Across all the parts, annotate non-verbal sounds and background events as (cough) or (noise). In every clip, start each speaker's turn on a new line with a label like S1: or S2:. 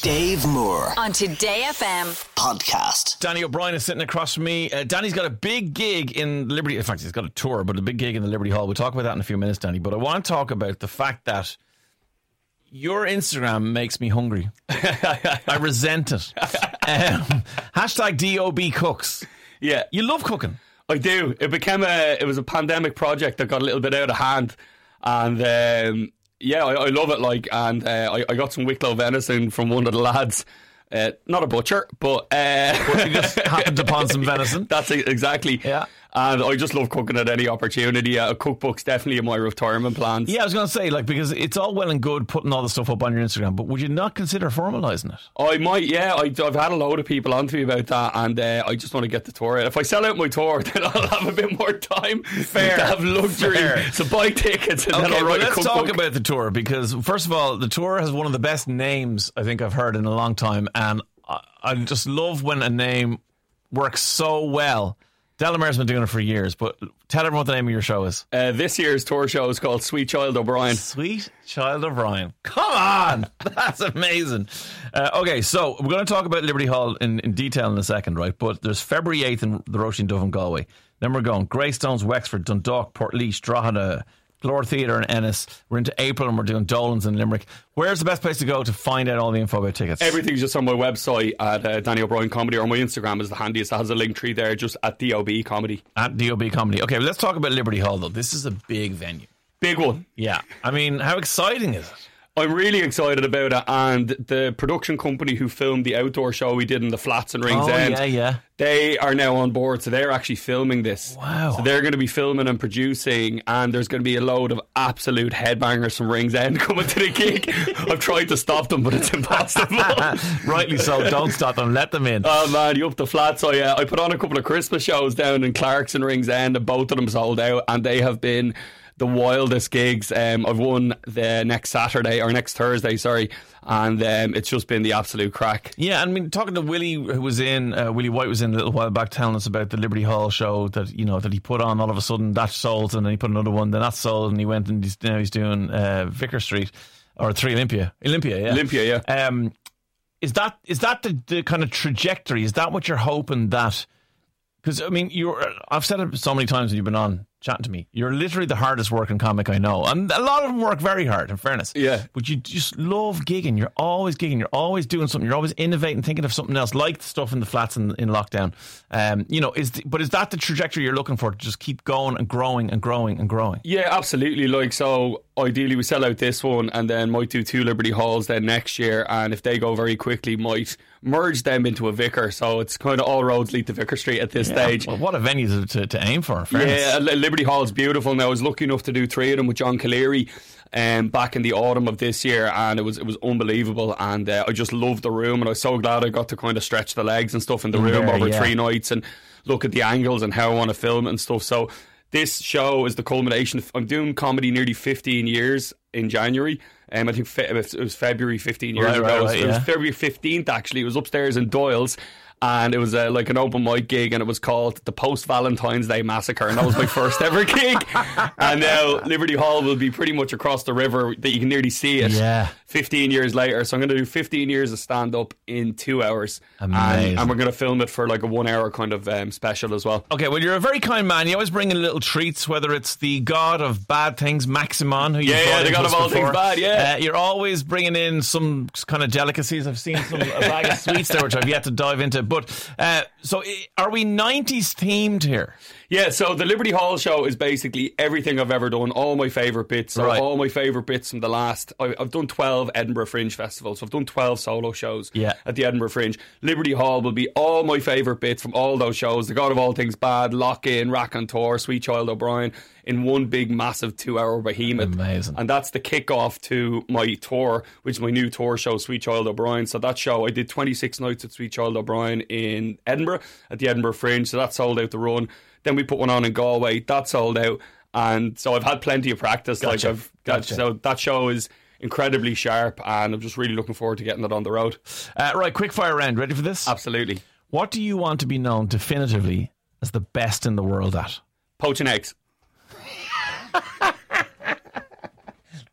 S1: Dave Moore
S2: on Today FM.
S1: podcast.
S3: Danny O'Brien is sitting across from me. Uh, Danny's got a big gig in Liberty. In fact, he's got a tour, but a big gig in the Liberty Hall. We'll talk about that in a few minutes, Danny. But I want to talk about the fact that your Instagram makes me hungry. I resent it. Um, hashtag DOB cooks.
S4: Yeah,
S3: You love cooking.
S4: I do. It became a it was a pandemic project that got a little bit out of hand, and um, yeah, I, I love it. Like, and uh, I, I got some Wicklow venison from one of the lads. Uh, not a butcher, but uh,
S3: You just happened upon some venison.
S4: (laughs) that's it, exactly.
S3: Yeah.
S4: And I just love cooking at any opportunity. Uh, a cookbook's definitely in my retirement plans.
S3: Yeah, I was going to say, like, because it's all well and good putting all the stuff up on your Instagram, but would you not consider formalizing it?
S4: I might, yeah. I, I've had a load of people on to me about that, and uh, I just want to get the tour. out. If I sell out my tour, (laughs) then I'll have a bit more time to have luxury.
S3: Fair.
S4: So buy tickets, and then
S3: Okay,
S4: I'll
S3: well,
S4: write a
S3: let's
S4: cookbook.
S3: talk about the tour because, first of all, the tour has one of the best names I think I've heard in a long time, and I, I just love when a name works so well. Delamere's been doing it for years, but tell everyone what the name of your show is.
S4: Uh, this year's tour show is called Sweet Child O'Brien.
S3: Sweet Child of Ryan. Come on, (laughs) that's amazing. Uh, okay, so we're going to talk about Liberty Hall in, in detail in a second, right? But there's February 8th in the Roisin Dove and Galway. Then we're going Greystones, Wexford, Dundalk, Port Drogheda, Glore Theatre and Ennis. We're into April and we're doing Dolan's in Limerick. Where's the best place to go to find out all the info about tickets?
S4: Everything's just on my website at uh, Danny O'Brien Comedy, or my Instagram is the handiest. It has a link tree there, just at DOB Comedy.
S3: At DOB Comedy. Okay, well, let's talk about Liberty Hall, though. This is a big venue.
S4: Big one.
S3: Yeah. I mean, how exciting is it?
S4: I'm really excited about it, and the production company who filmed the outdoor show we did in the flats and Rings
S3: Oh,
S4: End,
S3: yeah, yeah. (laughs)
S4: they are now on board, so they're actually filming this.
S3: Wow.
S4: So they're going to be filming and producing, and there's going to be a load of absolute headbangers from Rings End (laughs) coming to the gig. I've tried to stop them, but it's
S3: (laughs)
S4: impossible.
S3: Rightly so. Don't stop them. Let them in.
S4: Oh man, you up the flats. So yeah, I put on a couple of Christmas shows down in Clark's and Rings End, and both of them sold out, and they have been the wildest gigs. Um, I've won the next Saturday or next Thursday, sorry, and um, it's just been the absolute crack.
S3: Yeah, I mean, talking to Willie, who was in uh, Willie White was in a little while back, telling us about the Liberty Hall show that you know that he put on. All of a sudden, that sold, and then he put another one, then that sold, and he went and he's, now he's doing uh, Vicar Street or Three Olympia, Olympia, yeah,
S4: Olympia,
S3: yeah. Um, is that is that the, the kind of trajectory? Is that what you're hoping that? Because I mean, you're I've said it so many times when you've been on chatting to me. You're literally the hardest working comic I know, and a lot of them work very hard. In fairness,
S4: Yeah.
S3: But you just love gigging. You're always gigging. You're always doing something. You're always innovating, thinking of something else, like the stuff in the flats in, in lockdown. Um, you know, is the, but is that the trajectory you're looking for? To just keep going and growing and growing and growing.
S4: Yeah, absolutely. Like, so ideally we sell out this one and then might do two Liberty Halls then next year. And if they go very quickly, might merge them into a Vicar. So it's kind of all roads lead to Vicar Street at this stage.
S3: Well, what a venue to, to, to aim for. In fairness.
S4: Yeah, Li- Liberty Hall's beautiful. Now I was lucky enough to do three of them with John Caleri um, back in the autumn of this year, and it was it was unbelievable. And uh, I just loved the room, and I was so glad I got to kind of stretch the legs and stuff in the room
S3: there,
S4: over
S3: yeah.
S4: three nights and look at the angles and how I want to film it and stuff. So this show is the culmination. Of, I'm doing comedy nearly 15 years in January. Um, I think fe- it was February 15 years
S3: Right,
S4: ago.
S3: right,
S4: It was-
S3: right,
S4: it was
S3: yeah.
S4: February 15th, actually. It was upstairs in Doyle's. And it was uh, like an open mic gig, and it was called the Post Valentine's Day Massacre, and that was my first ever
S3: (laughs)
S4: gig. And now Liberty Hall will be pretty much across the river that you can nearly see it.
S3: Yeah.
S4: 15 years later, so I'm going to do 15 years of stand up in two hours, And-
S3: Amazing.
S4: and, we're going to film it for like a one hour kind of um, special as well.
S3: Okay, well, you're a very kind man. You always bring in little treats, whether it's the god of bad things, Maximon, who you
S4: Yeah,
S3: brought
S4: yeah,
S3: in
S4: the
S3: to
S4: god
S3: us
S4: of all
S3: before.
S4: things bad, yeah.
S3: Uh, you're always bringing in some kind of delicacies. I've seen some a bag of sweets there, which I've yet to dive into. But uh, so, i- are we '90s themed here?
S4: Yeah, so the Liberty Hall show is basically everything I've ever done, all my favourite bits, so
S3: Right.
S4: all my favourite bits from the last. I, I've done 12 Edinburgh Fringe festivals, so I've done 12 solo shows
S3: Yeah.
S4: at the Edinburgh Fringe. Liberty Hall will be all my favourite bits from all those shows The God of All Things Bad, Lock In, Rack and Tour, Sweet Child O'Brien, in one big, massive two hour behemoth.
S3: Amazing.
S4: And that's the kickoff to my tour, which is my new tour show, Sweet Child O'Brien. So that show, I did 26 nights at Sweet Child O'Brien in Edinburgh at the Edinburgh Fringe. So that sold out the run. Then we put one on in Galway. That sold out. And so I've had plenty of practice.
S3: Gotcha.
S4: Like I've got,
S3: Gotcha.
S4: so that show is incredibly sharp, and I'm just really looking forward to getting it on the road.
S3: Uh, right, quick fire round. Ready for this?
S4: Absolutely,
S3: What do you want to be known definitively as the best in the world at?
S4: poaching eggs.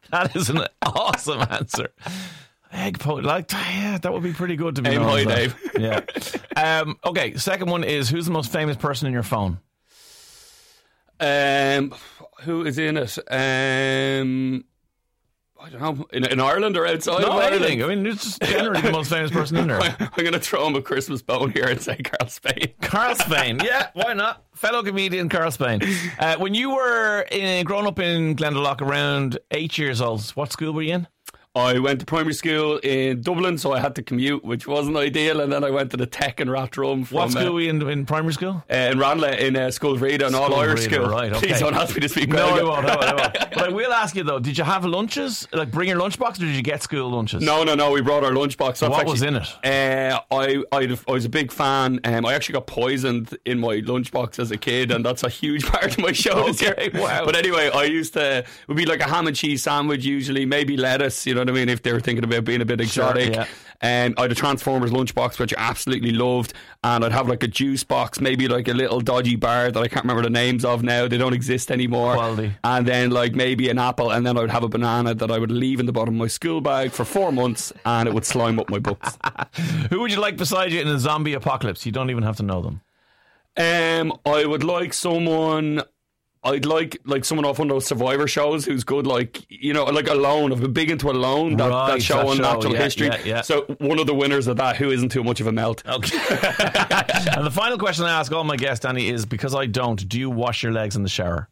S3: That is an awesome answer. Egg poach, like yeah, that would be pretty good to be.
S4: Aim
S3: known as
S4: high,
S3: that. (laughs) Yeah. Um, okay. Second one is who's the most famous person in your phone?
S4: Um, who is in it? Um, I don't know. In, in Ireland or outside? of
S3: No,
S4: Ireland?
S3: anything. I mean, it's just generally the most famous person in there.
S4: (laughs) I'm going to throw him a Christmas bone here and say Carl Spain.
S3: Carl Spain. Yeah, why not? Fellow comedian Carl Spain. Uh, when you were in, grown up in Glendalough around eight years old, what school were you in?
S4: I went to primary school in Dublin, so I had to commute, which wasn't ideal. And then I went to the Tech and Rathdrum from
S3: What school
S4: uh,
S3: were you in, in primary school?
S4: uh, in Ranelagh in uh, School of Rita, an all Irish
S3: Rita,
S4: school.
S3: right, okay.
S4: (laughs) Please don't ask me to speak
S3: No, I
S4: Gaelic.
S3: won't. No, I won't. But I will ask you though: Did you have lunches? Like, bring your lunchbox, or did you get school lunches?
S4: No, no, no. We brought our lunchbox. That's
S3: What
S4: actually-
S3: was in it?
S4: Uh, I, I'd, have- I was a big fan. Um, I actually got poisoned in my lunchbox as a kid, and that's a huge (laughs) part of my show. this year.
S3: Oh, wow.
S4: But anyway, I used to. It would be like a ham and cheese sandwich, usually maybe lettuce. You know what I mean? If they were thinking about being a bit exotic.
S3: yeah.
S4: And Um, I had a Transformers lunchbox, which I absolutely loved. And I'd have like a juice box, maybe like a little dodgy bar that I can't remember the names of now. They don't exist anymore.
S3: Quality.
S4: And then like maybe an apple, and then I would have a banana that I would leave in the bottom of my school bag for four months, and it would slime up
S3: (laughs)
S4: my books.
S3: Who would you like beside you in a zombie apocalypse? You don't even have to know them.
S4: Um, I would like someone. I'd like like someone off one of those Survivor shows who's good, like you know, like Alone. I've been big into Alone, that,
S3: Right,
S4: that show
S3: that
S4: on
S3: show,
S4: natural
S3: yeah,
S4: history.
S3: yeah, yeah.
S4: So one of the winners of that, who isn't too much of a melt.
S3: Okay. (laughs) and the final question I ask all my guests, Danny, is because I don't. Do you wash your legs in the shower?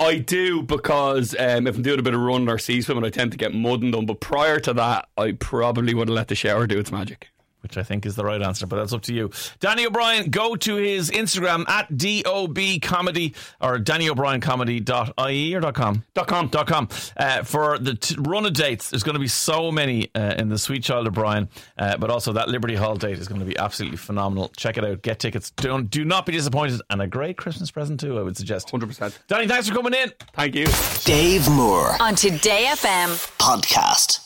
S4: I do because um, if I'm doing a bit of running or sea swimming, I tend to get mud and done. But prior to that, I probably would have let the shower do its magic.
S3: which I think is the right answer, but that's up to you. Danny O'Brien, go to his Instagram at DOB Comedy or Danny O'Brien Comedy.ie or dot .com.
S4: Dot com.
S3: Dot com uh, for the t- run of dates. There's going to be so many uh, in the Sweet Child O'Brien, uh, but also that Liberty Hall date is going to be absolutely phenomenal. Check it out. Get tickets. Don't do not be disappointed, and a great Christmas present too. I would suggest.
S4: Hundred percent.
S3: Danny, thanks for coming in.
S4: Thank you.
S1: Dave Moore
S2: on Today FM.
S1: podcast.